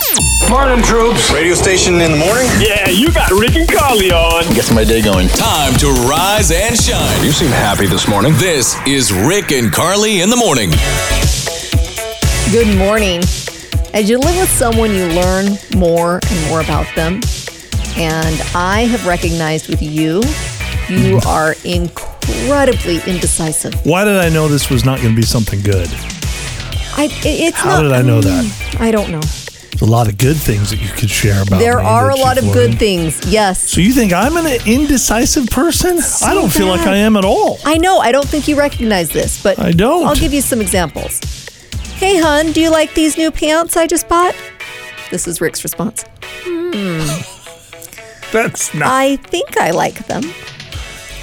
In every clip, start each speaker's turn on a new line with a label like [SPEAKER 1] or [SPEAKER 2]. [SPEAKER 1] Postpartum Troops.
[SPEAKER 2] Radio station in the morning?
[SPEAKER 3] Yeah, you got Rick and Carly on.
[SPEAKER 4] Gets my day going.
[SPEAKER 5] Time to rise and shine.
[SPEAKER 2] You seem happy this morning.
[SPEAKER 5] This is Rick and Carly in the morning.
[SPEAKER 6] Good morning. As you live with someone, you learn more and more about them. And I have recognized with you, you are incredibly indecisive.
[SPEAKER 7] Why did I know this was not going to be something good?
[SPEAKER 6] I, it- it's not, Mm,
[SPEAKER 7] How did I know that?
[SPEAKER 6] I don't know.
[SPEAKER 7] There's a lot of good things that you could share about.
[SPEAKER 6] there
[SPEAKER 7] me
[SPEAKER 6] are
[SPEAKER 7] that
[SPEAKER 6] a lot of
[SPEAKER 7] you've
[SPEAKER 6] good
[SPEAKER 7] learned.
[SPEAKER 6] things. Yes.
[SPEAKER 7] So you think I'm an indecisive person? I don't feel like
[SPEAKER 6] bad.
[SPEAKER 7] I am at all.
[SPEAKER 6] I know. I don't think you recognize this, but
[SPEAKER 7] I don't.
[SPEAKER 6] I'll give you some examples. Hey, hun, do you like these new pants I just bought? This is Rick's response.
[SPEAKER 7] That's not.
[SPEAKER 6] I think I like them.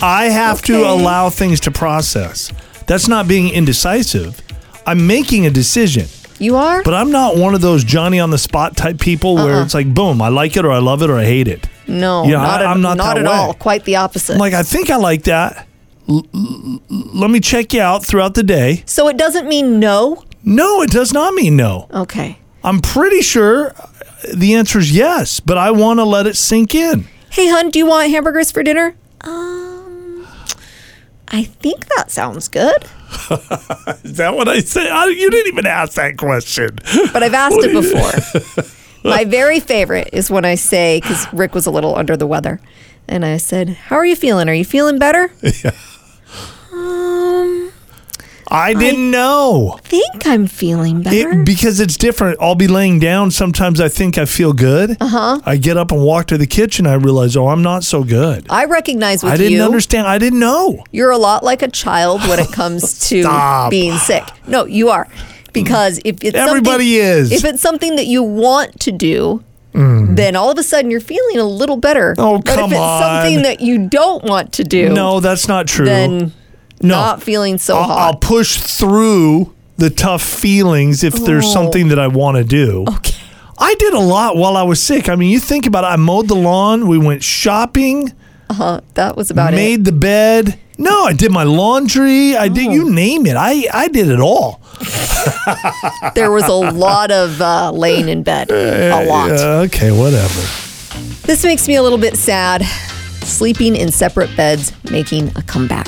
[SPEAKER 7] I have to
[SPEAKER 6] Okay.
[SPEAKER 7] allow things to process. That's not being indecisive. I'm making a decision,
[SPEAKER 6] You are?
[SPEAKER 7] but I'm not one of those Johnny on the spot type people
[SPEAKER 6] Uh-uh.
[SPEAKER 7] where it's like, boom, I like it or I love it or I hate it.
[SPEAKER 6] no,
[SPEAKER 7] Yeah,
[SPEAKER 6] not,
[SPEAKER 7] I-
[SPEAKER 6] at,
[SPEAKER 7] I'm not that
[SPEAKER 6] at
[SPEAKER 7] way.
[SPEAKER 6] all. Quite the opposite.
[SPEAKER 7] I'm like, I think I like that. L- l- l- let me check you out throughout the day.
[SPEAKER 6] So it doesn't mean no?
[SPEAKER 7] No, it does not mean no.
[SPEAKER 6] Okay.
[SPEAKER 7] I'm pretty sure the answer is yes, but I want to let it sink in.
[SPEAKER 6] Hey, hun, do you want hamburgers for dinner? Um, I think that sounds good.
[SPEAKER 7] Is that what I said? I, you didn't even ask that question.
[SPEAKER 6] But I've asked it before. My very favorite is when I say, because Rick was a little under the weather, and I said, How are you feeling? Are you feeling better? I Um,
[SPEAKER 7] I didn't know
[SPEAKER 6] think I'm feeling better.
[SPEAKER 7] it, because it's different. I'll be laying down. Sometimes I think I feel good. Uh
[SPEAKER 6] Uh-huh.
[SPEAKER 7] huh. I get up and walk to the kitchen. I realize, oh, I'm not so good.
[SPEAKER 6] I recognize with
[SPEAKER 7] I didn't
[SPEAKER 6] you,
[SPEAKER 7] understand. I didn't know.
[SPEAKER 6] you're a lot like a child when it comes to
[SPEAKER 7] Stop.
[SPEAKER 6] being sick. No, you are. Because if it's something-
[SPEAKER 7] Everybody is. Mm.
[SPEAKER 6] if it's something that you want to do, then all of a sudden you're feeling a little better.
[SPEAKER 7] Oh,
[SPEAKER 6] but if
[SPEAKER 7] come
[SPEAKER 6] it's something
[SPEAKER 7] on.
[SPEAKER 6] that you don't want to do,
[SPEAKER 7] No, that's not true.
[SPEAKER 6] then
[SPEAKER 7] no.
[SPEAKER 6] not feeling so
[SPEAKER 7] I'll, I'll
[SPEAKER 6] hot.
[SPEAKER 7] push through the tough feelings if there's
[SPEAKER 6] Oh.
[SPEAKER 7] something that I want to do.
[SPEAKER 6] okay.
[SPEAKER 7] I did a lot while I was sick. I mean, you think about it. I mowed the lawn. We went shopping.
[SPEAKER 6] That was about it.
[SPEAKER 7] made the bed. No, I did my laundry. I did
[SPEAKER 6] Oh.
[SPEAKER 7] you name it. I I did it all.
[SPEAKER 6] There was a lot of uh, laying in bed. A lot.
[SPEAKER 7] Yeah, Uh, okay, whatever.
[SPEAKER 6] This makes me a little bit sad. Sleeping in separate beds making a comeback.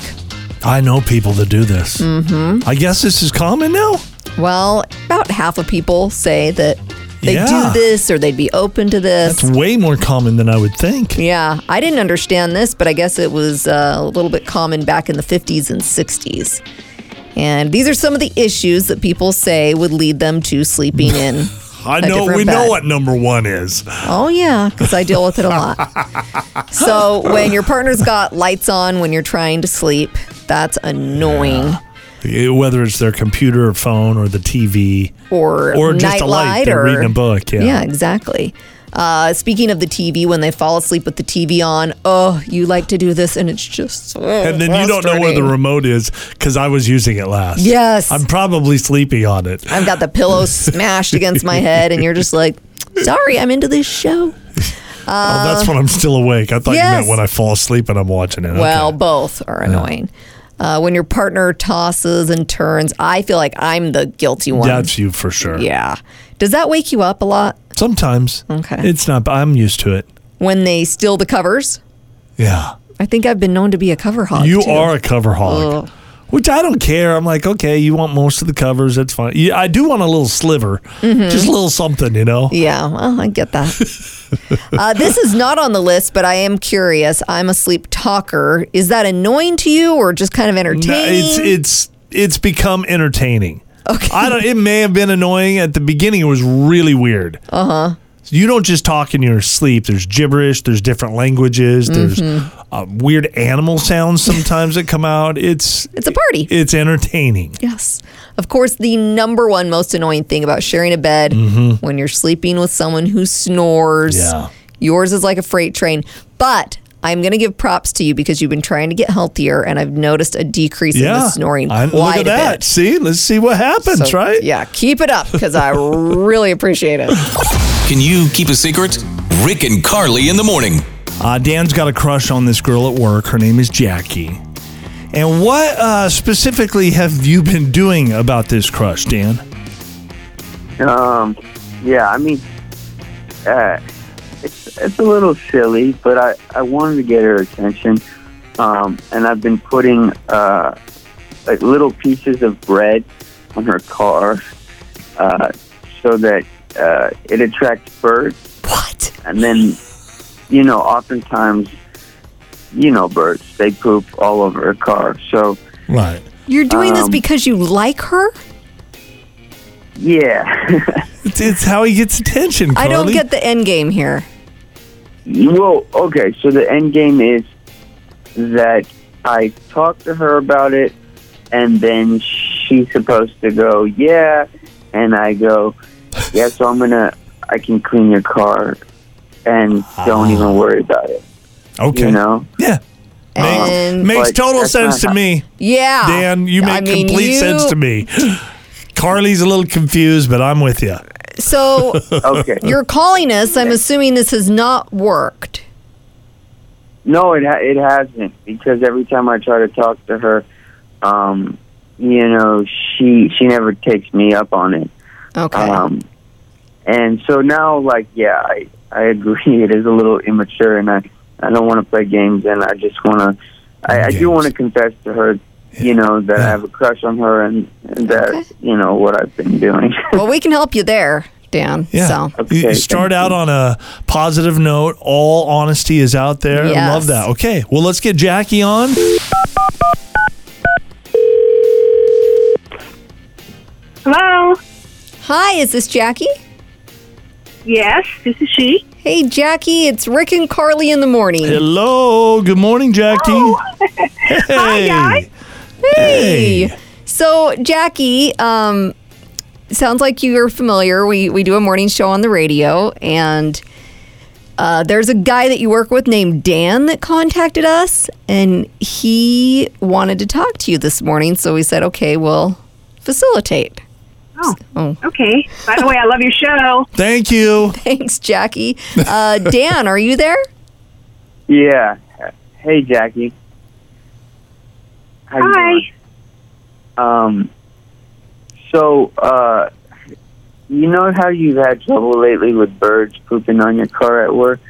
[SPEAKER 7] I know people that do this. Mm-hmm. I guess this is common now.
[SPEAKER 6] Well, about half of people say that they
[SPEAKER 7] Yeah.
[SPEAKER 6] do this or they'd be open to this.
[SPEAKER 7] It's way more common than I would think.
[SPEAKER 6] yeah, I didn't understand this, but I guess it was uh, a little bit common back in the 50s and 60s. And these are some of the issues that people say would lead them to sleeping in.
[SPEAKER 7] I
[SPEAKER 6] a different bed.
[SPEAKER 7] number one is.
[SPEAKER 6] Oh, yeah, because I deal with it a lot. so when your partner's got lights on when you're trying to sleep, that's annoying.
[SPEAKER 7] Eh, Whether it's their computer or phone or the TV
[SPEAKER 6] Or,
[SPEAKER 7] or just
[SPEAKER 6] night
[SPEAKER 7] a light, they're
[SPEAKER 6] or
[SPEAKER 7] reading a book. Yeah.
[SPEAKER 6] Yeah, exactly. Uh, speaking of the TV, when they fall asleep with the TV on, oh, you like to do this, and it's just so
[SPEAKER 7] And then you don't know where the
[SPEAKER 6] frustrating.
[SPEAKER 7] remote is because I was using it last.
[SPEAKER 6] Yes.
[SPEAKER 7] I'm probably sleepy on it.
[SPEAKER 6] I've got the pillow smashed against my head, and you're just like, sorry, I'm into this show.
[SPEAKER 7] oh, that's when I'm still awake. I thought you
[SPEAKER 6] Uh, yes.
[SPEAKER 7] meant when I fall asleep and I'm watching it.
[SPEAKER 6] Well,
[SPEAKER 7] Okay.
[SPEAKER 6] both are annoying. Uh, when your partner tosses and turns, I feel like I'm the guilty one.
[SPEAKER 7] That's you for sure.
[SPEAKER 6] yeah. Does that wake you up a lot
[SPEAKER 7] Sometimes.
[SPEAKER 6] Okay.
[SPEAKER 7] It's not, but I'm used to it.
[SPEAKER 6] when they steal the covers?
[SPEAKER 7] Yeah.
[SPEAKER 6] I think I've been known to be a cover hog.
[SPEAKER 7] you
[SPEAKER 6] too.
[SPEAKER 7] are a cover hog,
[SPEAKER 6] Ugh.
[SPEAKER 7] which I don't care. I'm like, okay, you want most of the covers. That's fine. Yeah, I do want a little sliver,
[SPEAKER 6] Mm-hmm.
[SPEAKER 7] just a little something, you know?
[SPEAKER 6] Yeah, well, I get that. uh, this is not on the list, but I am curious. I'm a sleep talker. Is that annoying to you or just kind of
[SPEAKER 7] No,
[SPEAKER 6] entertaining?
[SPEAKER 7] it's, it's, it's become entertaining.
[SPEAKER 6] Okay.
[SPEAKER 7] I don't, it may have been annoying at the beginning. It was really weird. Uh huh.
[SPEAKER 6] Uh-huh.
[SPEAKER 7] You don't just talk in your sleep. There's gibberish. There's different languages. There's
[SPEAKER 6] Mm-hmm.
[SPEAKER 7] uh, weird animal sounds sometimes that come out. It's
[SPEAKER 6] It's a party.
[SPEAKER 7] It's entertaining.
[SPEAKER 6] yes. Of course, the number one most annoying thing about sharing a bed when you're sleeping with someone who snores.
[SPEAKER 7] Mm-hmm. Yeah.
[SPEAKER 6] Yours is like a freight train. But I'm going to give props to you because you've been trying to get healthier and I've noticed a decrease in the snoring
[SPEAKER 7] I- look
[SPEAKER 6] quite
[SPEAKER 7] at
[SPEAKER 6] a
[SPEAKER 7] that.
[SPEAKER 6] bit.
[SPEAKER 7] See, let's see what happens,
[SPEAKER 6] So,
[SPEAKER 7] right?
[SPEAKER 6] Yeah, keep it up because I really appreciate it.
[SPEAKER 5] Can you keep a secret? Rick and Carly in the morning.
[SPEAKER 7] Uh, Dan's got a crush on this girl at work. Her name is Jackie. And what uh, specifically have you been doing about this crush, Dan?
[SPEAKER 8] Um, yeah, I mean,
[SPEAKER 1] uh, it's it's a little silly, but I I wanted to get her attention, um, and I've been putting uh, like little pieces of bread on her car, uh, so that uh, it attracts birds,
[SPEAKER 6] What?
[SPEAKER 1] and then you know oftentimes. You know, birds, they poop all over a car. So,
[SPEAKER 7] Right.
[SPEAKER 6] You're doing this
[SPEAKER 1] Um,
[SPEAKER 6] because you like her?
[SPEAKER 1] yeah.
[SPEAKER 7] It's, it's how he gets attention,
[SPEAKER 6] I
[SPEAKER 7] Carly.
[SPEAKER 6] don't get the end game here.
[SPEAKER 1] Well, okay, so the end game is that I talk to her about it, and then she's supposed to go, yeah, and I go, yeah, so I'm gonna, I can clean your car, and don't even worry about it,
[SPEAKER 7] Okay.
[SPEAKER 1] you know?
[SPEAKER 7] Yeah.
[SPEAKER 6] And
[SPEAKER 7] Makes
[SPEAKER 1] But
[SPEAKER 7] total
[SPEAKER 1] that's not
[SPEAKER 7] sense to
[SPEAKER 1] how-
[SPEAKER 7] me.
[SPEAKER 6] yeah,
[SPEAKER 7] Dan, you make
[SPEAKER 6] Ah, I mean,
[SPEAKER 7] complete
[SPEAKER 6] you-
[SPEAKER 7] sense to me. Carly's a little confused, but I'm with you.
[SPEAKER 6] So
[SPEAKER 1] Okay.
[SPEAKER 6] you're calling us. I'm assuming this has not worked.
[SPEAKER 1] No, it ha- it hasn't because every time I try to talk to her, um, you know, she she never takes me up on it.
[SPEAKER 6] Okay.
[SPEAKER 1] Um, and so now, like, yeah, I, I agree. It is a little immature, and I, I don't want to play games, and I just want to, I, I
[SPEAKER 7] Games.
[SPEAKER 1] do want to confess to her, you know, that I have a crush on her and, and that,
[SPEAKER 6] Okay.
[SPEAKER 1] you know, what I've been doing.
[SPEAKER 6] well, we can help you there, Dan.
[SPEAKER 7] Yeah.
[SPEAKER 6] So
[SPEAKER 7] You- you
[SPEAKER 1] Okay,
[SPEAKER 7] start
[SPEAKER 1] thank
[SPEAKER 7] out on
[SPEAKER 1] you.
[SPEAKER 7] a positive note. All honesty is out there. I
[SPEAKER 6] Yes.
[SPEAKER 7] Love that. Okay. Well, let's get Jackie on.
[SPEAKER 4] Hello.
[SPEAKER 6] hi, is this Jackie?
[SPEAKER 4] Yes, this is she.
[SPEAKER 6] Hey, Jackie, it's Rick and Carly in the morning.
[SPEAKER 7] Hello. Good morning, Jackie. Hey.
[SPEAKER 4] guys.
[SPEAKER 7] Hey.
[SPEAKER 6] So, Jackie, um, sounds like you're familiar. We we do a morning show on the radio, and uh, there's a guy that you work with named Dan that contacted us, and he wanted to talk to you this morning. So we said, okay, we'll facilitate.
[SPEAKER 4] Oh,
[SPEAKER 6] Oh.
[SPEAKER 4] okay. By the way, I love your show.
[SPEAKER 7] Thank you.
[SPEAKER 6] Thanks, Jackie. Uh, Dan, are you there?
[SPEAKER 1] yeah. Hey, Jackie. How you
[SPEAKER 4] Hi.
[SPEAKER 1] doing? Um, so, uh, you know how you've had trouble lately with birds pooping on your car at work?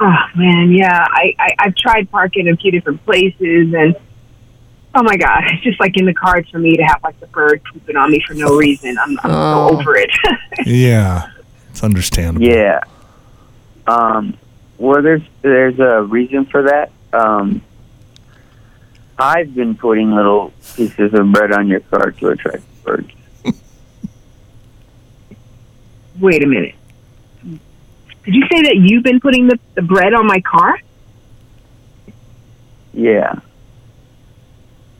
[SPEAKER 4] Oh man, yeah. I, I I've tried parking in a few different places, and oh my god, it's just like in the cards for me to have like the bird pooping on me for no reason. I'm, I'm
[SPEAKER 6] Oh.
[SPEAKER 4] so over it.
[SPEAKER 7] Yeah. It's understandable.
[SPEAKER 1] Yeah. Um, well, there's there's a reason for that. Um, I've been putting little pieces of bread on your car to attract birds.
[SPEAKER 4] Wait a minute. Did you say that you've been putting the, the bread on my car?
[SPEAKER 1] Yeah.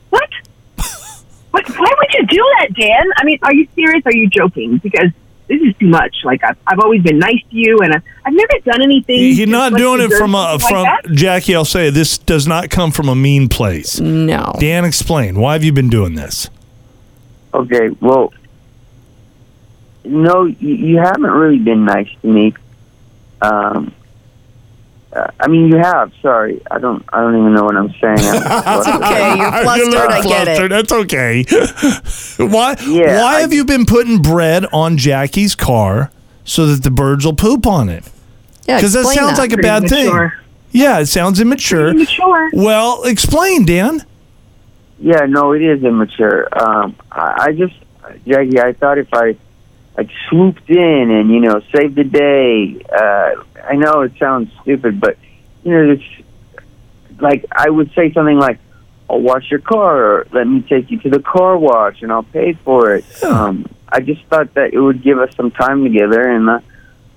[SPEAKER 4] What? what? Why would you do that, Dan? I mean, are you serious? Are you joking? Because this is too much. Like I've, I've always been nice to you, and I've, I've never done anything.
[SPEAKER 7] He's not
[SPEAKER 4] like
[SPEAKER 7] doing it
[SPEAKER 4] deserve
[SPEAKER 7] from a
[SPEAKER 4] something
[SPEAKER 7] from
[SPEAKER 4] Like that.
[SPEAKER 7] Jackie. I'll say this does not come from a mean place.
[SPEAKER 6] No.
[SPEAKER 7] Dan, explain why have you been doing this?
[SPEAKER 1] Okay. Well, no, you, you haven't really been nice to me. Um, uh, I mean, you have. Sorry, I don't. I don't even know what I'm saying. That's
[SPEAKER 6] Okay, you're flustered. I get it.
[SPEAKER 7] That's okay. why?
[SPEAKER 1] Yeah,
[SPEAKER 7] why
[SPEAKER 1] I-
[SPEAKER 7] have you been putting bread on Jackie's car so that the birds will poop on it?
[SPEAKER 6] Yeah,
[SPEAKER 7] Because that
[SPEAKER 6] explain
[SPEAKER 7] sounds like a
[SPEAKER 4] Pretty
[SPEAKER 7] bad
[SPEAKER 4] immature.
[SPEAKER 7] thing. Yeah, it sounds immature.
[SPEAKER 4] Immature.
[SPEAKER 7] Well, explain, Dan.
[SPEAKER 1] Yeah, no, it is immature. Um, I, I just, Jackie, I thought if I, I swooped in and you know saved the day. Uh, I know it sounds stupid, but you know it's like I would say something like, "I'll wash your car," or "Let me take you to the car wash, and I'll pay for it." Um, I just thought that it would give us some time together, and uh,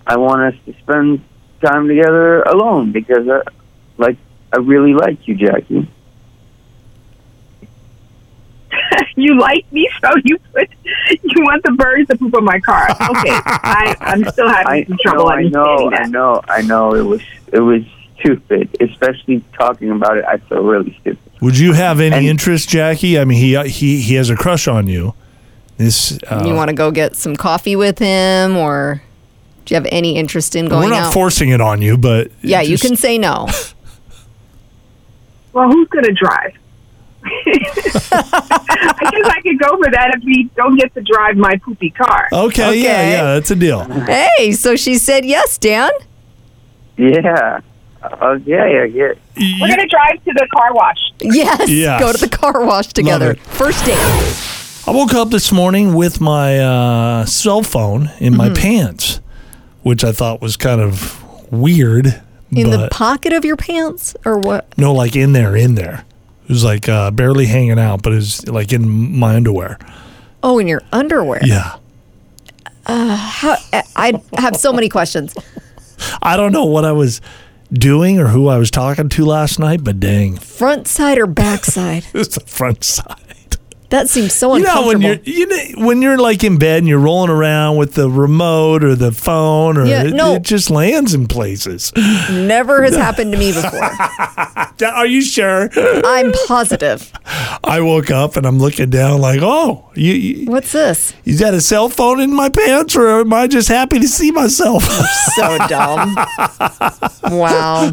[SPEAKER 1] I want us to spend time together alone because, uh, like, I really like you, Jackie.
[SPEAKER 4] you like me, so you put you want the birds to poop on my car. Okay, I, I'm still having
[SPEAKER 1] I
[SPEAKER 4] some trouble
[SPEAKER 1] no, I know,
[SPEAKER 4] understanding
[SPEAKER 1] I
[SPEAKER 4] that.
[SPEAKER 1] know, I know. It was it was stupid, especially talking about it. I feel really stupid.
[SPEAKER 7] Would you have any
[SPEAKER 1] And-
[SPEAKER 7] interest, Jackie? I mean, he he he has a crush on you. This uh,
[SPEAKER 6] you want to go get some coffee with him, or do you have any interest in going
[SPEAKER 7] we're not
[SPEAKER 6] out?
[SPEAKER 7] forcing it on you, but
[SPEAKER 6] yeah, you
[SPEAKER 7] just-
[SPEAKER 6] can say no.
[SPEAKER 4] Well, who's gonna drive? I guess I could go for that if we don't get to drive my poopy car.
[SPEAKER 7] Okay, yeah,
[SPEAKER 6] Okay.
[SPEAKER 7] yeah, that's a deal.
[SPEAKER 6] Hey, so she said yes, Dan.
[SPEAKER 1] Yeah. Oh yeah, yeah, yeah.
[SPEAKER 4] We're gonna drive to the car wash.
[SPEAKER 6] Yes.
[SPEAKER 7] Yes.
[SPEAKER 6] Go to the car wash together.
[SPEAKER 7] it.
[SPEAKER 6] First date.
[SPEAKER 7] I woke up this morning with my uh, cell phone in
[SPEAKER 6] Mm-hmm.
[SPEAKER 7] my pants, which I thought was kind of weird.
[SPEAKER 6] In
[SPEAKER 7] but
[SPEAKER 6] the pocket of your pants or what?
[SPEAKER 7] no, like in there, in there. It was like uh, barely hanging out, but it was like in my underwear.
[SPEAKER 6] Oh, in your underwear.
[SPEAKER 7] Yeah.
[SPEAKER 6] How, I I have so many questions.
[SPEAKER 7] I don't know what I was doing or who I was talking to last night, but dang,
[SPEAKER 6] Front side or back side?
[SPEAKER 7] it's the front side.
[SPEAKER 6] That seems so
[SPEAKER 7] You
[SPEAKER 6] uncomfortable.
[SPEAKER 7] know when you're you know, when you're like in bed and you're rolling around with the remote or the phone or
[SPEAKER 6] Yeah,
[SPEAKER 7] it,
[SPEAKER 6] no.
[SPEAKER 7] it just lands in places.
[SPEAKER 6] Never has happened to me before.
[SPEAKER 7] Are you sure?
[SPEAKER 6] I'm positive.
[SPEAKER 7] I woke up and I'm looking down like, oh, you, you
[SPEAKER 6] What's this?
[SPEAKER 7] is that a cell phone in my pants or am I just happy to see myself?
[SPEAKER 6] So dumb. Wow.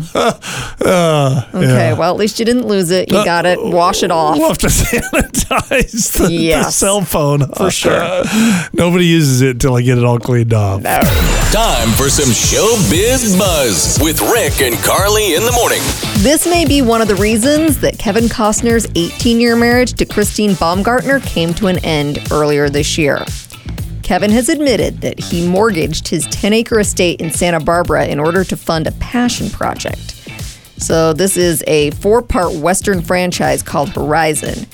[SPEAKER 6] okay.
[SPEAKER 7] yeah.
[SPEAKER 6] Well, at least you didn't lose it. You got it. Wash it off.
[SPEAKER 7] Uh, We'll have to sanitize the, the
[SPEAKER 6] Yes.
[SPEAKER 7] cell phone for
[SPEAKER 6] sure.
[SPEAKER 7] Nobody uses it till I get it all cleaned off.
[SPEAKER 5] Time for some showbiz buzz with Rick and Carly in the morning.
[SPEAKER 6] This may be one of the reasons that Kevin Costner's 18 year marriage to Christine Baumgartner came to an end earlier this year. Kevin has admitted that he mortgaged his 10 acre estate in Santa Barbara in order to fund a passion project. So, this is a four part Western franchise called Horizon,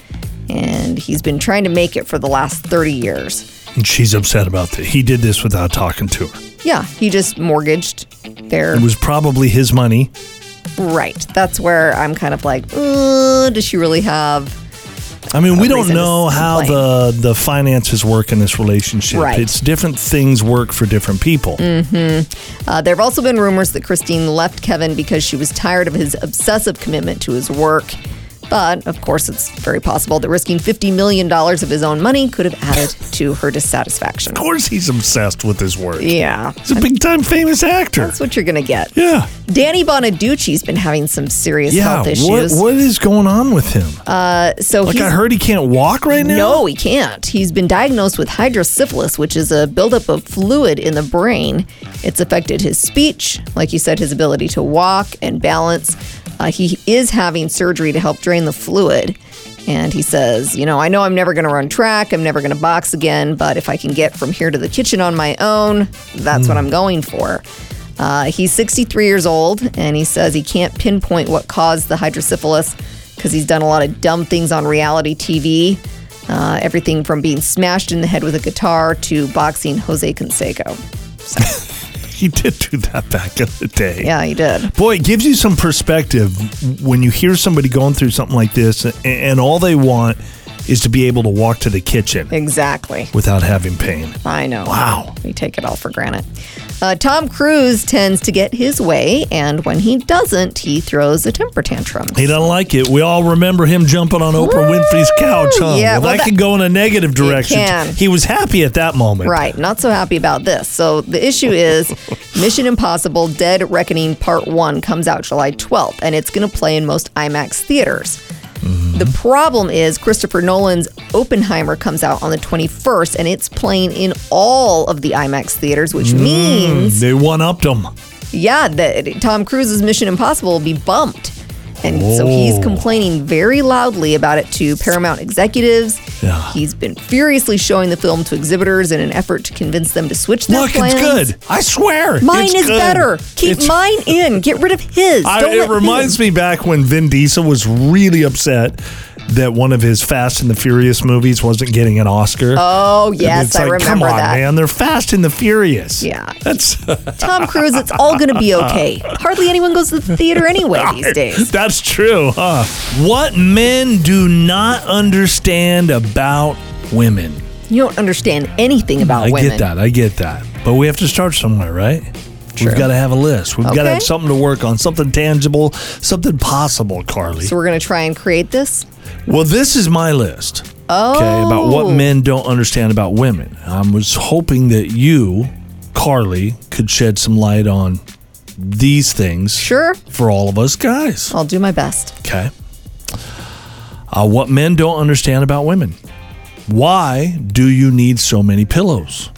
[SPEAKER 6] and he's been trying to make it for the last 30 years.
[SPEAKER 7] And she's upset about that. He did this without talking to her.
[SPEAKER 6] Yeah, he just mortgaged their
[SPEAKER 7] It was probably his money.
[SPEAKER 6] right. That's where I'm kind of like, uh, does she really have
[SPEAKER 7] I mean, we don't
[SPEAKER 6] reason to
[SPEAKER 7] know
[SPEAKER 6] s-
[SPEAKER 7] how
[SPEAKER 6] complain.
[SPEAKER 7] the the finances work in this relationship.
[SPEAKER 6] Right. Mm.
[SPEAKER 7] It's different things work for different people.
[SPEAKER 6] Uh, there have also been rumors that Christine left Kevin because she was tired of his obsessive commitment to his work. But of course, it's very possible that risking $50 million of his own money could have added to her dissatisfaction.
[SPEAKER 7] Of course, he's obsessed with his work.
[SPEAKER 6] Yeah,
[SPEAKER 7] He's a big time famous actor.
[SPEAKER 6] that's what you're going to get.
[SPEAKER 7] Yeah.
[SPEAKER 6] Danny Bonaducci's been having some serious
[SPEAKER 7] Yeah.
[SPEAKER 6] health
[SPEAKER 7] What,
[SPEAKER 6] issues.
[SPEAKER 7] what is going on with him?
[SPEAKER 6] So
[SPEAKER 7] like, I
[SPEAKER 6] he's-
[SPEAKER 7] heard he can't walk right now.
[SPEAKER 6] No, he can't. He's been diagnosed with hydrosyphilis, which is a buildup of fluid in the brain. It's affected his speech, like you said, his ability to walk and balance. Uh, he is having surgery to help drain the fluid. And he says, You know, I know I'm never going to run track, I'm never going to box again, but if I can get from here to the kitchen on my own, that's what I'm going for. Uh, he's 63 years old, and he says he can't pinpoint what caused the hydrosyphilis because he's done a lot of dumb things on reality TV. Uh, everything from being smashed in the head with a guitar to boxing Jose Canseco.
[SPEAKER 7] He did do that back in the day.
[SPEAKER 6] Yeah, he did.
[SPEAKER 7] Boy, it gives you some perspective when you hear somebody going through something like this, and, and all they want is to be able to walk to the kitchen
[SPEAKER 6] Exactly.
[SPEAKER 7] without having pain.
[SPEAKER 6] I know.
[SPEAKER 7] Wow.
[SPEAKER 6] We take it all for granted. Uh, Tom Cruise tends to get his way, and when he doesn't, he throws a temper tantrum.
[SPEAKER 7] He doesn't like it. We all remember him jumping on Oprah Winfrey's couch, huh?
[SPEAKER 6] Yeah, well,
[SPEAKER 7] well, that,
[SPEAKER 6] that-
[SPEAKER 7] could go in a negative direction.
[SPEAKER 6] can.
[SPEAKER 7] He was happy at that moment.
[SPEAKER 6] Right. Not so happy about this. So the issue is Mission Impossible Dead Reckoning Part 1 comes out July 12th, and it's going to play in most IMAX theaters. The problem is Christopher Nolan's Oppenheimer comes out on the 21st, and it's playing in all of the IMAX theaters, which means,
[SPEAKER 7] They one upped him.
[SPEAKER 6] yeah, that Tom Cruise's Mission Impossible will be bumped. And so he's
[SPEAKER 7] Oh.
[SPEAKER 6] complaining very loudly about it to Paramount executives.
[SPEAKER 7] Yeah.
[SPEAKER 6] He's been furiously showing the film to exhibitors in an effort to convince them to switch their
[SPEAKER 7] Look,
[SPEAKER 6] plans.
[SPEAKER 7] it's good. I swear.
[SPEAKER 6] Mine
[SPEAKER 7] it's
[SPEAKER 6] is
[SPEAKER 7] good.
[SPEAKER 6] better. Keep
[SPEAKER 7] It's-
[SPEAKER 6] mine in. Get rid of his.
[SPEAKER 7] I,
[SPEAKER 6] Don't
[SPEAKER 7] it reminds me back when Vin Diesel was really upset that one of his Fast and the Furious movies wasn't getting an Oscar.
[SPEAKER 6] Oh
[SPEAKER 7] it's
[SPEAKER 6] yes, I
[SPEAKER 7] like,
[SPEAKER 6] remember
[SPEAKER 7] come on,
[SPEAKER 6] that.
[SPEAKER 7] man. They're Fast and the Furious.
[SPEAKER 6] Yeah.
[SPEAKER 7] That's
[SPEAKER 6] Tom Cruise, it's all going to be okay. Hardly anyone goes to the theater anyway these days.
[SPEAKER 7] that's true, huh? What men do not understand about women.
[SPEAKER 6] You don't understand anything about
[SPEAKER 7] I
[SPEAKER 6] women.
[SPEAKER 7] get that. I get that. But we have to start somewhere, right? We've got to have a list. We've got to
[SPEAKER 6] Okay.
[SPEAKER 7] have something to work on, something tangible, something possible, Carly.
[SPEAKER 6] So we're going to try and create this.
[SPEAKER 7] Well, this is my list. Okay, about
[SPEAKER 6] Oh.
[SPEAKER 7] what men don't understand about women. I was hoping that you, Carly, could shed some light on these things
[SPEAKER 6] Sure,
[SPEAKER 7] for all of us guys.
[SPEAKER 6] I'll do my best.
[SPEAKER 7] Okay. uh, what men don't understand about women. Why do you need so many pillows?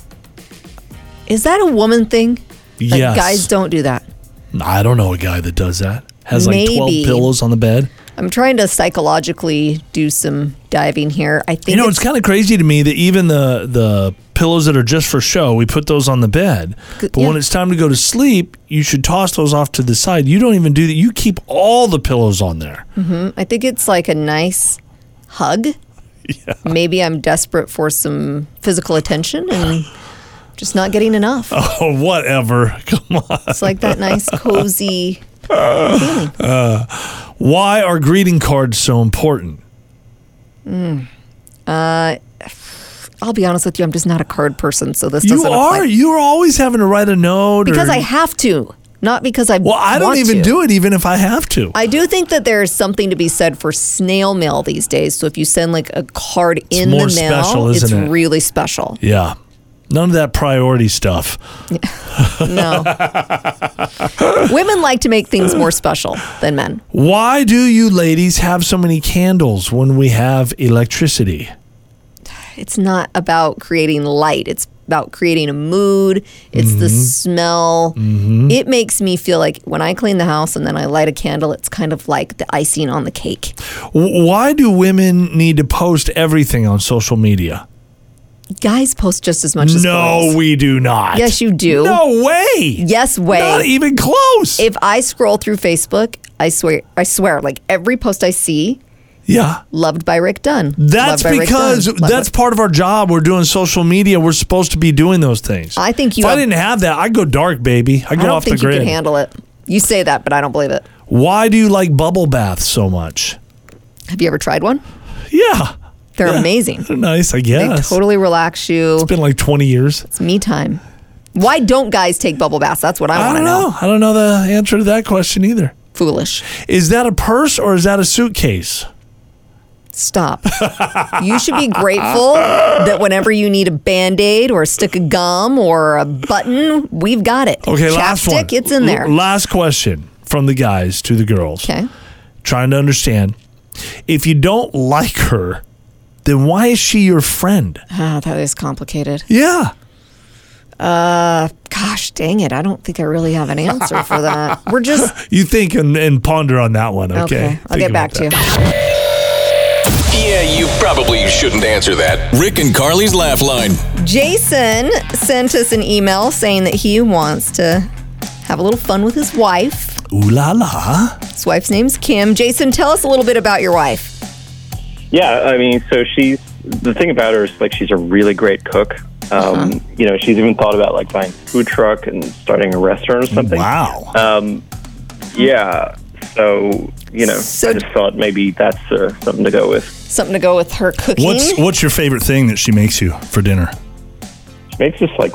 [SPEAKER 6] Is that a woman thing? Like
[SPEAKER 7] yes.
[SPEAKER 6] guys don't do that.
[SPEAKER 7] I don't know a guy that does that. Has like 12
[SPEAKER 6] Maybe.
[SPEAKER 7] pillows on the bed.
[SPEAKER 6] I'm trying to psychologically do some diving here. I think
[SPEAKER 7] You know, it's kind of crazy to me that even the the pillows that are just for show, we put those on the bed. But when
[SPEAKER 6] yeah.
[SPEAKER 7] it's time to go to sleep, you should toss those off to the side. You don't even do that. You keep all the pillows on there.
[SPEAKER 6] I think it's like a nice hug. Maybe I'm desperate for some physical attention and just not getting enough.
[SPEAKER 7] Oh, whatever. Come on.
[SPEAKER 6] It's like that nice cozy.
[SPEAKER 7] Why are greeting cards so important?
[SPEAKER 6] I'll be honest with you, I'm just not a card person, so this
[SPEAKER 7] You
[SPEAKER 6] doesn't
[SPEAKER 7] are.
[SPEAKER 6] apply.
[SPEAKER 7] You're always having to write a note.
[SPEAKER 6] Because
[SPEAKER 7] or,
[SPEAKER 6] I have to, not because I
[SPEAKER 7] Well, I don't
[SPEAKER 6] want
[SPEAKER 7] even
[SPEAKER 6] to.
[SPEAKER 7] do it, even if I have to.
[SPEAKER 6] I do think that there is something to be said for snail mail these days. So if you send like a card in
[SPEAKER 7] more
[SPEAKER 6] the mail,
[SPEAKER 7] special, isn't
[SPEAKER 6] it's
[SPEAKER 7] it?
[SPEAKER 6] really special.
[SPEAKER 7] yeah. None of that priority stuff.
[SPEAKER 6] No. Women like to make things more special than men.
[SPEAKER 7] Why do you ladies have so many candles when we have electricity?
[SPEAKER 6] It's not about creating light, it's about creating a mood. It's
[SPEAKER 7] Mm-hmm.
[SPEAKER 6] the smell. It makes me feel like when I clean the house and then I light a candle, it's kind of like the icing on the cake.
[SPEAKER 7] W- Why do women need to post everything on social media?
[SPEAKER 6] Guys post just as much as
[SPEAKER 7] No,
[SPEAKER 6] girls.
[SPEAKER 7] we do not.
[SPEAKER 6] Yes, you do.
[SPEAKER 7] No way.
[SPEAKER 6] Yes, way.
[SPEAKER 7] Not even close.
[SPEAKER 6] if I scroll through Facebook, I swear, I swear, like every post I see,
[SPEAKER 7] yeah.
[SPEAKER 6] loved by Rick Dunn. Loved
[SPEAKER 7] That's
[SPEAKER 6] by Rick
[SPEAKER 7] because
[SPEAKER 6] Dunn. Loved
[SPEAKER 7] that's
[SPEAKER 6] by-
[SPEAKER 7] part of our job. We're doing social media. We're supposed to be doing those things.
[SPEAKER 6] I think you
[SPEAKER 7] If I
[SPEAKER 6] have-
[SPEAKER 7] didn't have that, I'd go dark, baby. I'd
[SPEAKER 6] I
[SPEAKER 7] go
[SPEAKER 6] don't
[SPEAKER 7] off
[SPEAKER 6] think
[SPEAKER 7] the
[SPEAKER 6] you
[SPEAKER 7] grid.
[SPEAKER 6] can handle it. You say that, but I don't believe it.
[SPEAKER 7] Why do you like bubble baths so much?
[SPEAKER 6] Have you ever tried one?
[SPEAKER 7] Yeah,
[SPEAKER 6] They're
[SPEAKER 7] Yeah.
[SPEAKER 6] amazing.
[SPEAKER 7] they're nice. I
[SPEAKER 6] They
[SPEAKER 7] guess.
[SPEAKER 6] totally relax you.
[SPEAKER 7] It's been like twenty years.
[SPEAKER 6] It's me time. Why don't guys take bubble baths? That's what I,
[SPEAKER 7] I
[SPEAKER 6] want to
[SPEAKER 7] don't
[SPEAKER 6] know.
[SPEAKER 7] know. I don't know the answer to that question either.
[SPEAKER 6] Foolish.
[SPEAKER 7] Is that a purse or is that a suitcase?
[SPEAKER 6] Stop. you should be grateful that whenever you need a band aid or a stick of gum or a button, we've got it.
[SPEAKER 7] Okay,
[SPEAKER 6] Chapstick,
[SPEAKER 7] last one.
[SPEAKER 6] It's in there.
[SPEAKER 7] L- last question from the guys to the girls.
[SPEAKER 6] okay.
[SPEAKER 7] Trying to understand. If you don't like her, then why is she your friend?
[SPEAKER 6] Ah, that is complicated.
[SPEAKER 7] Yeah.
[SPEAKER 6] Gosh dang it. I don't think I really have an answer for that. We're just.
[SPEAKER 7] You think and, and ponder on that one, okay?
[SPEAKER 6] Okay. I'll
[SPEAKER 7] Think
[SPEAKER 6] get back
[SPEAKER 7] about
[SPEAKER 6] to you.
[SPEAKER 7] that.
[SPEAKER 5] Yeah, you probably shouldn't answer that. Rick and Carly's Laugh Line.
[SPEAKER 6] Jason sent us an email saying that he wants to have a little fun with his wife.
[SPEAKER 7] Ooh la la.
[SPEAKER 6] His wife's name's Kim. Jason, tell us a little bit about your wife.
[SPEAKER 8] Yeah, I mean, so she's the thing about her is like she's a really great cook. Um, You know, she's even thought about like buying a food truck and starting a restaurant or something.
[SPEAKER 7] Wow.
[SPEAKER 8] Um, yeah. So you know,
[SPEAKER 6] So-
[SPEAKER 8] I just thought maybe that's uh, something to go with.
[SPEAKER 6] Something to go with her cooking.
[SPEAKER 7] What's what's your favorite thing that she makes you for dinner?
[SPEAKER 8] She makes this like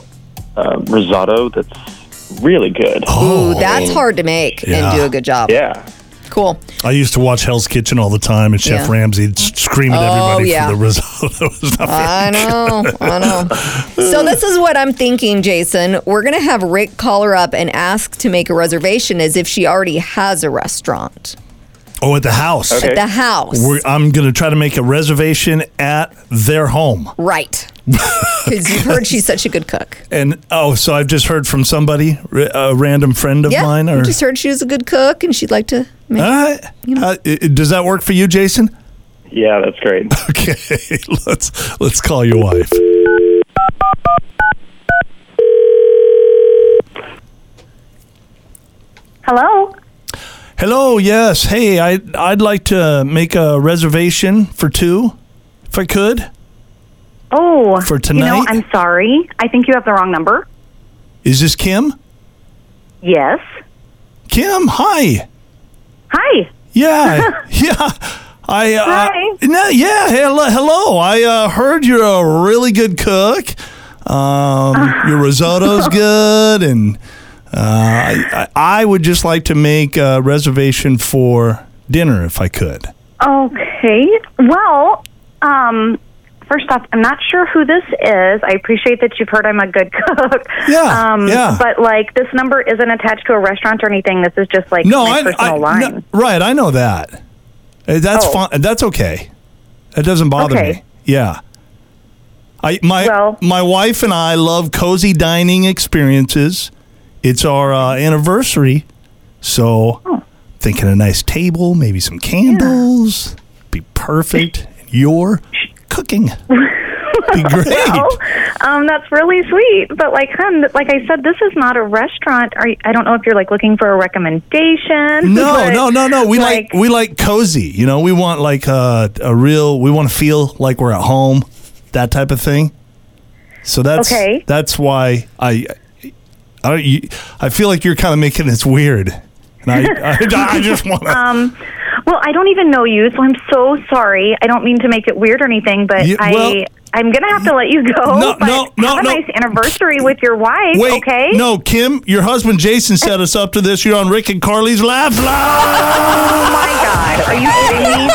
[SPEAKER 8] uh, risotto that's really good.
[SPEAKER 6] Ooh, that's hard to make
[SPEAKER 7] Yeah.
[SPEAKER 6] and do a good job.
[SPEAKER 8] Yeah.
[SPEAKER 6] Cool.
[SPEAKER 7] I used to watch Hell's Kitchen all the time, and Chef
[SPEAKER 6] Yeah. Oh,
[SPEAKER 7] Ramsay'd s- scream at everybody
[SPEAKER 6] yeah. Uh,
[SPEAKER 7] for the risotto. It was not
[SPEAKER 6] I know. I know. So this is what I'm thinking, Jason. We're gonna have Rick call her up and ask to make a reservation as if she already has a restaurant.
[SPEAKER 7] Oh, at the house.
[SPEAKER 8] Okay.
[SPEAKER 6] At the house.
[SPEAKER 7] We're, I'm going to try to make a reservation at their home.
[SPEAKER 6] Right. Because you've heard she's such a good cook.
[SPEAKER 7] And oh, so I've just heard from somebody, r- a random friend of
[SPEAKER 6] Yeah.
[SPEAKER 7] mine. Or,
[SPEAKER 6] we just heard she was a good cook and she'd like to make
[SPEAKER 7] all right. Uh, i- i- does that work for you, Jason?
[SPEAKER 8] Yeah, that's great.
[SPEAKER 7] Okay, let's let's call your wife.
[SPEAKER 9] Hello.
[SPEAKER 7] Hello, yes. Hey, I I'd like to make a reservation for two, if I could.
[SPEAKER 9] Oh,
[SPEAKER 7] For
[SPEAKER 9] You know,
[SPEAKER 7] tonight?
[SPEAKER 9] I'm sorry. I think you have the wrong number.
[SPEAKER 7] Is this Kim?
[SPEAKER 9] Yes.
[SPEAKER 7] Kim, hi.
[SPEAKER 9] Hi.
[SPEAKER 7] Yeah, yeah. I uh,
[SPEAKER 9] Hi.
[SPEAKER 7] No, yeah. Hello, hello. I uh, heard you're a really good cook. Um, your risotto's good, and uh, I, I I would just like to make a reservation for dinner if I could.
[SPEAKER 9] Okay. Well, um, first off, I'm not sure who this is. I appreciate that you've heard I'm a good cook.
[SPEAKER 7] Yeah,
[SPEAKER 9] Um,
[SPEAKER 7] yeah.
[SPEAKER 9] But like, this number isn't attached to a restaurant or anything. This is just like
[SPEAKER 7] No,
[SPEAKER 9] my
[SPEAKER 7] I,
[SPEAKER 9] personal
[SPEAKER 7] I
[SPEAKER 9] line.
[SPEAKER 7] no, right. I know that. Uh, That's
[SPEAKER 9] Oh.
[SPEAKER 7] fine. That's okay. That doesn't bother
[SPEAKER 9] Okay.
[SPEAKER 7] me. Yeah. I my
[SPEAKER 9] Well-
[SPEAKER 7] my wife and I love cozy dining experiences. It's our uh, anniversary, so
[SPEAKER 9] Oh.
[SPEAKER 7] thinking a nice table, maybe some candles, be perfect. Your cooking be great.
[SPEAKER 9] Well, um, that's really sweet. But like, hun, like I said, this is not a restaurant. Are you, I don't know if you're like looking for a recommendation.
[SPEAKER 7] No,
[SPEAKER 9] but,
[SPEAKER 7] no, no, no. We like, we like cozy. You know, we want like a a real. We want to feel like we're at home, that type of thing. So that's
[SPEAKER 9] Okay.
[SPEAKER 7] that's why I I don't- you- I feel like you're kind of making this weird, and I I, I just want to.
[SPEAKER 9] Um, Well, I don't even know you, so I'm so sorry. I don't mean to make it weird or anything, but
[SPEAKER 7] You- well-
[SPEAKER 9] I I'm gonna have to let you go.
[SPEAKER 7] No,
[SPEAKER 9] but
[SPEAKER 7] no, no,
[SPEAKER 9] have
[SPEAKER 7] no.
[SPEAKER 9] a nice anniversary with your wife.
[SPEAKER 7] Wait,
[SPEAKER 9] okay.
[SPEAKER 7] no, Kim, your husband Jason set us up to this. You're on Rick and Carly's Laugh Line.
[SPEAKER 9] Oh my God, are you kidding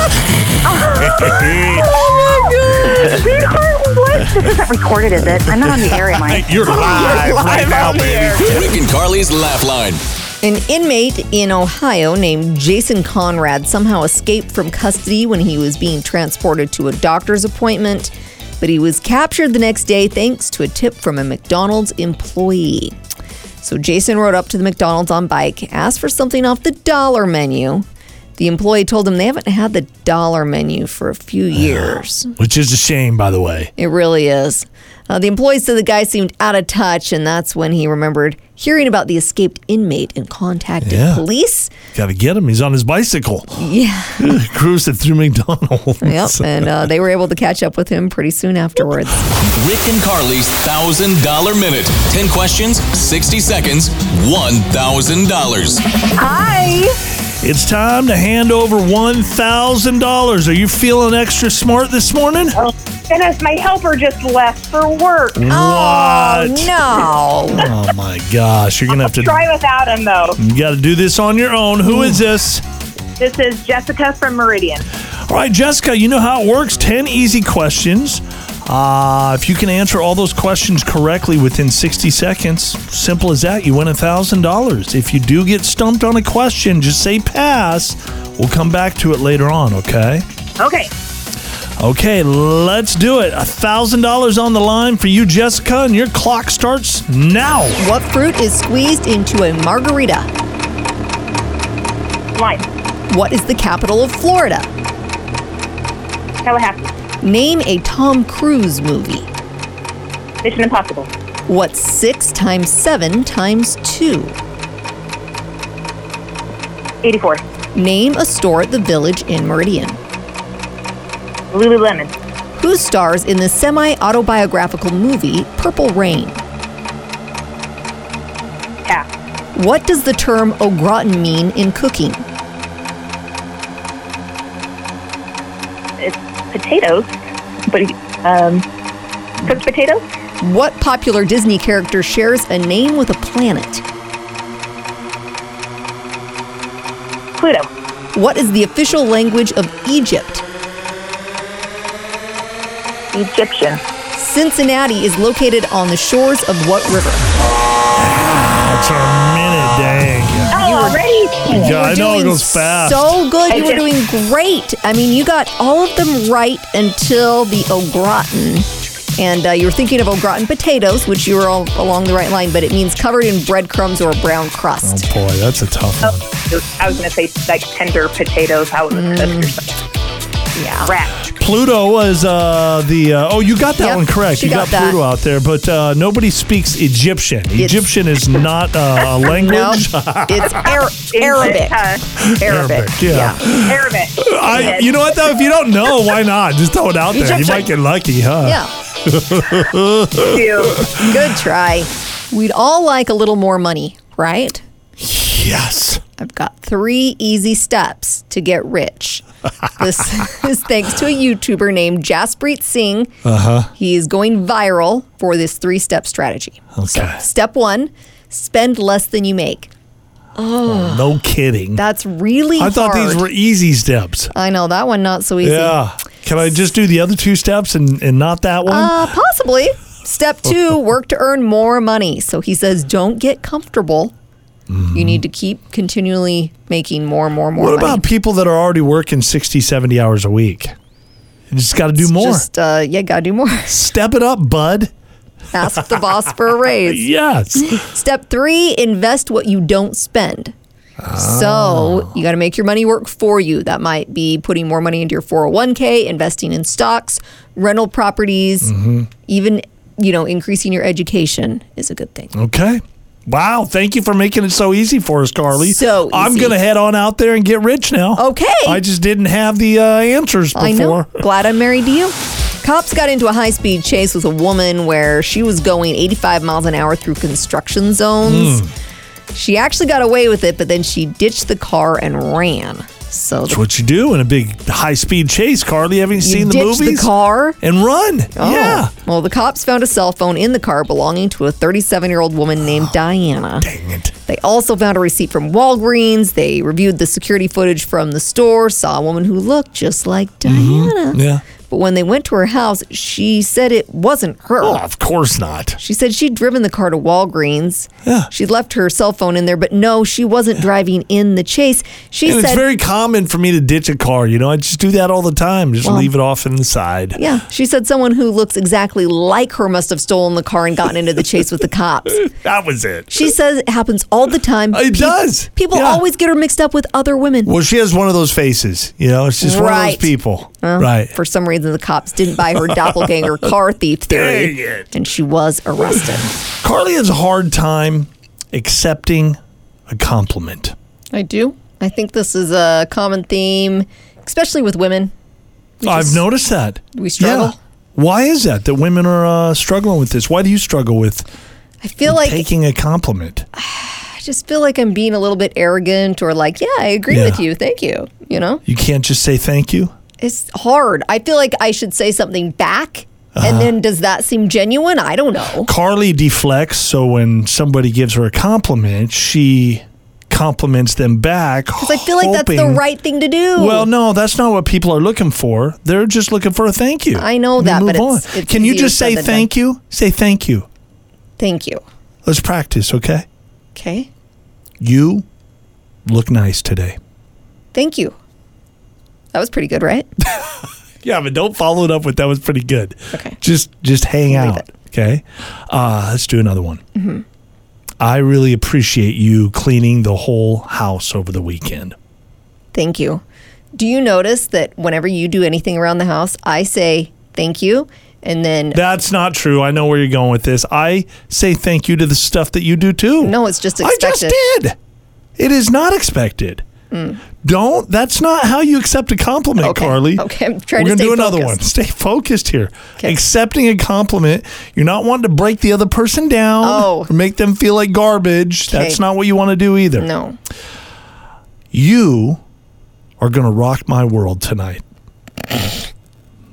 [SPEAKER 9] me?
[SPEAKER 6] Oh
[SPEAKER 9] Sweetheart, what? This isn't recorded, is it? I'm not on the air, am I?
[SPEAKER 7] You're live right now, baby.
[SPEAKER 5] Rick and Carly's Laugh Line.
[SPEAKER 6] An inmate in Ohio named Jason Conrad somehow escaped from custody when he was being transported to a doctor's appointment, but he was captured the next day thanks to a tip from a McDonald's employee. So Jason rode up to the McDonald's on bike, asked for something off the dollar menu. The employee told him they haven't had the dollar menu for a few years.
[SPEAKER 7] Which is a shame, by the way.
[SPEAKER 6] It really is. Uh, the employee said the guy seemed out of touch, and that's when he remembered hearing about the escaped inmate and contacted
[SPEAKER 7] Yeah.
[SPEAKER 6] police.
[SPEAKER 7] Got to get him. He's on his bicycle.
[SPEAKER 6] Yeah.
[SPEAKER 7] Cruising through McDonald's.
[SPEAKER 6] Yep. And uh, they were able to catch up with him pretty soon afterwards.
[SPEAKER 5] Rick and Carly's $1,000 minute. 10 questions, 60 seconds, $1,000.
[SPEAKER 9] Hi.
[SPEAKER 7] It's time to hand over $1,000. Are you feeling extra smart this morning?
[SPEAKER 4] Dennis, my helper just left for work.
[SPEAKER 7] Mm.
[SPEAKER 6] Oh,
[SPEAKER 7] What?
[SPEAKER 6] no.
[SPEAKER 7] Oh my gosh. You're going to have to
[SPEAKER 4] Try without him, though.
[SPEAKER 7] you got to do this on your own. Who is this?
[SPEAKER 4] This is Jessica from Meridian.
[SPEAKER 7] All right, Jessica, you know how it works. 10 easy questions. Uh, if you can answer all those questions correctly within 60 seconds, simple as that, you win $1,000. If you do get stumped on a question, just say pass. We'll come back to it later on, okay?
[SPEAKER 4] Okay.
[SPEAKER 7] Okay, let's do it. $1,000 on the line for you, Jessica, and your clock starts now.
[SPEAKER 6] What fruit is squeezed into a margarita?
[SPEAKER 4] Line.
[SPEAKER 6] What is the capital of Florida?
[SPEAKER 4] Tallahassee.
[SPEAKER 6] Name a Tom Cruise movie.
[SPEAKER 4] Mission Impossible.
[SPEAKER 6] What's six times seven times two?
[SPEAKER 4] 84.
[SPEAKER 6] Name a store at the village in Meridian.
[SPEAKER 4] Lululemon.
[SPEAKER 6] Who stars in the semi autobiographical movie Purple Rain?
[SPEAKER 4] Pass.
[SPEAKER 6] What does the term au gratin mean in cooking?
[SPEAKER 4] It's potatoes. But, um, cooked potatoes?
[SPEAKER 6] What popular Disney character shares a name with a planet?
[SPEAKER 4] Pluto.
[SPEAKER 6] What is the official language of Egypt?
[SPEAKER 4] Egyptian.
[SPEAKER 6] Cincinnati is located on the shores of what river?
[SPEAKER 7] That's our minute, dang.
[SPEAKER 4] Oh, already?
[SPEAKER 7] Yeah,
[SPEAKER 6] You were
[SPEAKER 7] I know it
[SPEAKER 6] doing
[SPEAKER 7] goes fast.
[SPEAKER 6] So good. You were doing great. I mean, you got all of them right until the au gratin. And uh, you were thinking of au gratin potatoes, which you were all along the right line, but it means covered in breadcrumbs or a brown crust.
[SPEAKER 7] Oh, Boy, that's a tough one.
[SPEAKER 4] I was going to say, like, tender potatoes, how it was cooked or something.
[SPEAKER 6] Mm. Yeah.
[SPEAKER 4] Rat.
[SPEAKER 7] Pluto was uh, the. Uh, oh, you got that
[SPEAKER 6] Yep,
[SPEAKER 7] one correct.
[SPEAKER 6] she
[SPEAKER 7] You got,
[SPEAKER 6] got that.
[SPEAKER 7] Pluto out there, but uh, nobody speaks Egyptian. Egyptian is not uh, a language.
[SPEAKER 6] it's Ar- Arabic.
[SPEAKER 4] Uh,
[SPEAKER 6] Arabic.
[SPEAKER 7] yeah.
[SPEAKER 4] Arabic.
[SPEAKER 7] I, you know what though? If you don't know, why not? Just throw it out there. You
[SPEAKER 6] Egyptian.
[SPEAKER 7] might get lucky, huh?
[SPEAKER 6] Yeah.
[SPEAKER 4] Cute.
[SPEAKER 6] Good try. We'd all like a little more money, right?
[SPEAKER 7] Yes.
[SPEAKER 6] I've got three easy steps to get rich. This is thanks to a YouTuber named Jaspreet Singh. Uh-huh. He is going viral for this three step strategy.
[SPEAKER 7] Okay.
[SPEAKER 6] Step one spend less than you make.
[SPEAKER 7] No kidding.
[SPEAKER 6] That's really
[SPEAKER 7] I thought
[SPEAKER 6] hard.
[SPEAKER 7] these were easy steps.
[SPEAKER 6] I know that one not so easy.
[SPEAKER 7] Yeah. Can I just do the other two steps and, and not that one?
[SPEAKER 6] Uh, possibly. Step two, work to earn more money. So he says, don't get comfortable. You need to keep continually making more and more and more.
[SPEAKER 7] Mm-hmm. What
[SPEAKER 6] money.
[SPEAKER 7] about people that are already working 60, 70 hours a week? You just got to do
[SPEAKER 6] It's
[SPEAKER 7] more.
[SPEAKER 6] Just uh, yeah, gotta do more.
[SPEAKER 7] Step it up, bud.
[SPEAKER 6] Ask the boss for a raise.
[SPEAKER 7] Yes.
[SPEAKER 6] Step three, invest what you don't spend.
[SPEAKER 7] Ah.
[SPEAKER 6] So you got to make your money work for you. That might be putting more money into your 401k, investing in stocks, rental properties,
[SPEAKER 7] Mm-hmm.
[SPEAKER 6] even, you know, increasing your education is a good thing.
[SPEAKER 7] Okay. Wow. Thank you for making it so easy for us, Carly.
[SPEAKER 6] So
[SPEAKER 7] I'm
[SPEAKER 6] easy.
[SPEAKER 7] going to head on out there and get rich now.
[SPEAKER 6] Okay.
[SPEAKER 7] I just didn't have the uh, answers before.
[SPEAKER 6] I know. Glad I'm married to you. Cops got into a high speed chase with a woman where she was going 85 miles an hour through construction zones.
[SPEAKER 7] Hmm.
[SPEAKER 6] She actually got away with it, but then she ditched the car and ran. So
[SPEAKER 7] That's
[SPEAKER 6] the,
[SPEAKER 7] what you do in a big high speed chase, Carly. Haven't
[SPEAKER 6] you
[SPEAKER 7] you seen the
[SPEAKER 6] ditched
[SPEAKER 7] movies?
[SPEAKER 6] the car.
[SPEAKER 7] And run.
[SPEAKER 6] Oh.
[SPEAKER 7] Yeah.
[SPEAKER 6] Well, the cops found a cell phone in the car belonging to a 37 year old woman named Diana.
[SPEAKER 7] Dang it.
[SPEAKER 6] They also found a receipt from Walgreens. They reviewed the security footage from the store, saw a woman who looked just like
[SPEAKER 7] Mm-hmm.
[SPEAKER 6] Diana.
[SPEAKER 7] Yeah.
[SPEAKER 6] But when they went to her house, she said it wasn't her.
[SPEAKER 7] Oh, of course not.
[SPEAKER 6] She said she'd driven the car to Walgreens.
[SPEAKER 7] Yeah.
[SPEAKER 6] She'd left her cell phone in there, but no, she wasn't driving in the chase. She
[SPEAKER 7] And
[SPEAKER 6] said,
[SPEAKER 7] it's very common for me to ditch a car. You know, I just do that all the time. Just leave it off in the side.
[SPEAKER 6] Yeah, she said someone who looks exactly like her must have stolen the car and gotten into the chase with the cops.
[SPEAKER 7] That was it.
[SPEAKER 6] She says it happens all the time.
[SPEAKER 7] It does.
[SPEAKER 6] People
[SPEAKER 7] Yeah.
[SPEAKER 6] always get her mixed up with other women.
[SPEAKER 7] Well, she has one of those faces. You know, it's just one of
[SPEAKER 6] Right.
[SPEAKER 7] those people. right.
[SPEAKER 6] For some reason, the cops didn't buy her doppelganger car thief theory,
[SPEAKER 7] Dang it.
[SPEAKER 6] and she was arrested.
[SPEAKER 7] Carly has a hard time accepting a compliment.
[SPEAKER 6] I do. I think this is a common theme, especially with women.
[SPEAKER 7] I've noticed that.
[SPEAKER 6] we struggle.
[SPEAKER 7] Why is that that women are uh, struggling with this? Why do you struggle with
[SPEAKER 6] I feel like
[SPEAKER 7] taking a compliment?
[SPEAKER 6] I just feel like I'm being a little bit arrogant, or like, yeah, I agree
[SPEAKER 7] Yeah.
[SPEAKER 6] with you. Thank you. You know,
[SPEAKER 7] You can't just say thank you.
[SPEAKER 6] it's hard. I feel like I should say something back,
[SPEAKER 7] Uh-huh.
[SPEAKER 6] and then does that seem genuine? I don't know.
[SPEAKER 7] Carly deflects, so when somebody gives her a compliment, she compliments them back.
[SPEAKER 6] 'Cause I feel like that's the
[SPEAKER 7] hoping-
[SPEAKER 6] right thing to do.
[SPEAKER 7] Well, no, that's not what people are looking for. They're just looking for a thank you.
[SPEAKER 6] I know
[SPEAKER 7] And
[SPEAKER 6] that,
[SPEAKER 7] move
[SPEAKER 6] but it's-
[SPEAKER 7] on.
[SPEAKER 6] it's
[SPEAKER 7] Can you
[SPEAKER 6] easier
[SPEAKER 7] just
[SPEAKER 6] said
[SPEAKER 7] say
[SPEAKER 6] than done.
[SPEAKER 7] thank you? Say thank you.
[SPEAKER 6] Thank you.
[SPEAKER 7] Let's practice, okay?
[SPEAKER 6] Okay.
[SPEAKER 7] You look nice today.
[SPEAKER 6] Thank you. That was pretty good, right?
[SPEAKER 7] Yeah, but don't follow it up with that was pretty good.
[SPEAKER 6] Okay.
[SPEAKER 7] Just just hang out.
[SPEAKER 6] it. Mm-hmm.
[SPEAKER 7] Okay. Uh, let's do another one. I really appreciate you cleaning the whole house over the weekend.
[SPEAKER 6] Thank you. Do you notice that whenever you do anything around the house, I say thank you, and then
[SPEAKER 7] That's not true. I know where you're going with this. I say thank you to the stuff that you do too.
[SPEAKER 6] No, it's just
[SPEAKER 7] I just
[SPEAKER 6] expected. Mm.
[SPEAKER 7] did. It is not expected. Don't. That's not how you accept a compliment,
[SPEAKER 6] Okay.
[SPEAKER 7] Carly.
[SPEAKER 6] Okay, I'm trying
[SPEAKER 7] We're
[SPEAKER 6] to
[SPEAKER 7] gonna
[SPEAKER 6] stay
[SPEAKER 7] do another
[SPEAKER 6] focused.
[SPEAKER 7] one. Stay focused here.
[SPEAKER 6] Okay.
[SPEAKER 7] Accepting a compliment, you're not wanting to break the other person down
[SPEAKER 6] Oh.
[SPEAKER 7] or make them feel like garbage. That's
[SPEAKER 6] Okay.
[SPEAKER 7] not what you want to do either.
[SPEAKER 6] no.
[SPEAKER 7] You are gonna rock my world tonight.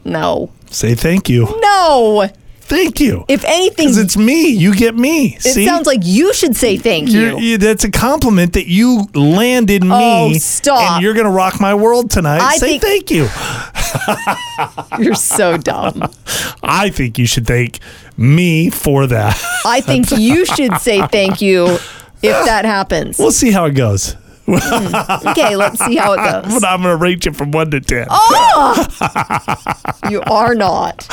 [SPEAKER 6] No.
[SPEAKER 7] Say thank you.
[SPEAKER 6] No.
[SPEAKER 7] Thank you.
[SPEAKER 6] If anything,
[SPEAKER 7] Because it's me. You get me.
[SPEAKER 6] it
[SPEAKER 7] See?
[SPEAKER 6] sounds like you should say thank
[SPEAKER 7] You're-
[SPEAKER 6] you.
[SPEAKER 7] you- that's a compliment that you landed me.
[SPEAKER 6] Oh, stop.
[SPEAKER 7] And you're gonna rock my world tonight.
[SPEAKER 6] I
[SPEAKER 7] Say
[SPEAKER 6] think-
[SPEAKER 7] thank you.
[SPEAKER 6] You're so dumb.
[SPEAKER 7] I think you should thank me for that.
[SPEAKER 6] I think you should say thank you if that happens.
[SPEAKER 7] we'll see how it goes.
[SPEAKER 6] Okay, let's see how it goes.
[SPEAKER 7] But I'm gonna rate you from one to ten.
[SPEAKER 6] Oh, Ah! You are not.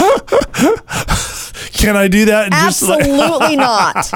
[SPEAKER 7] Can I do that? And
[SPEAKER 6] Absolutely not.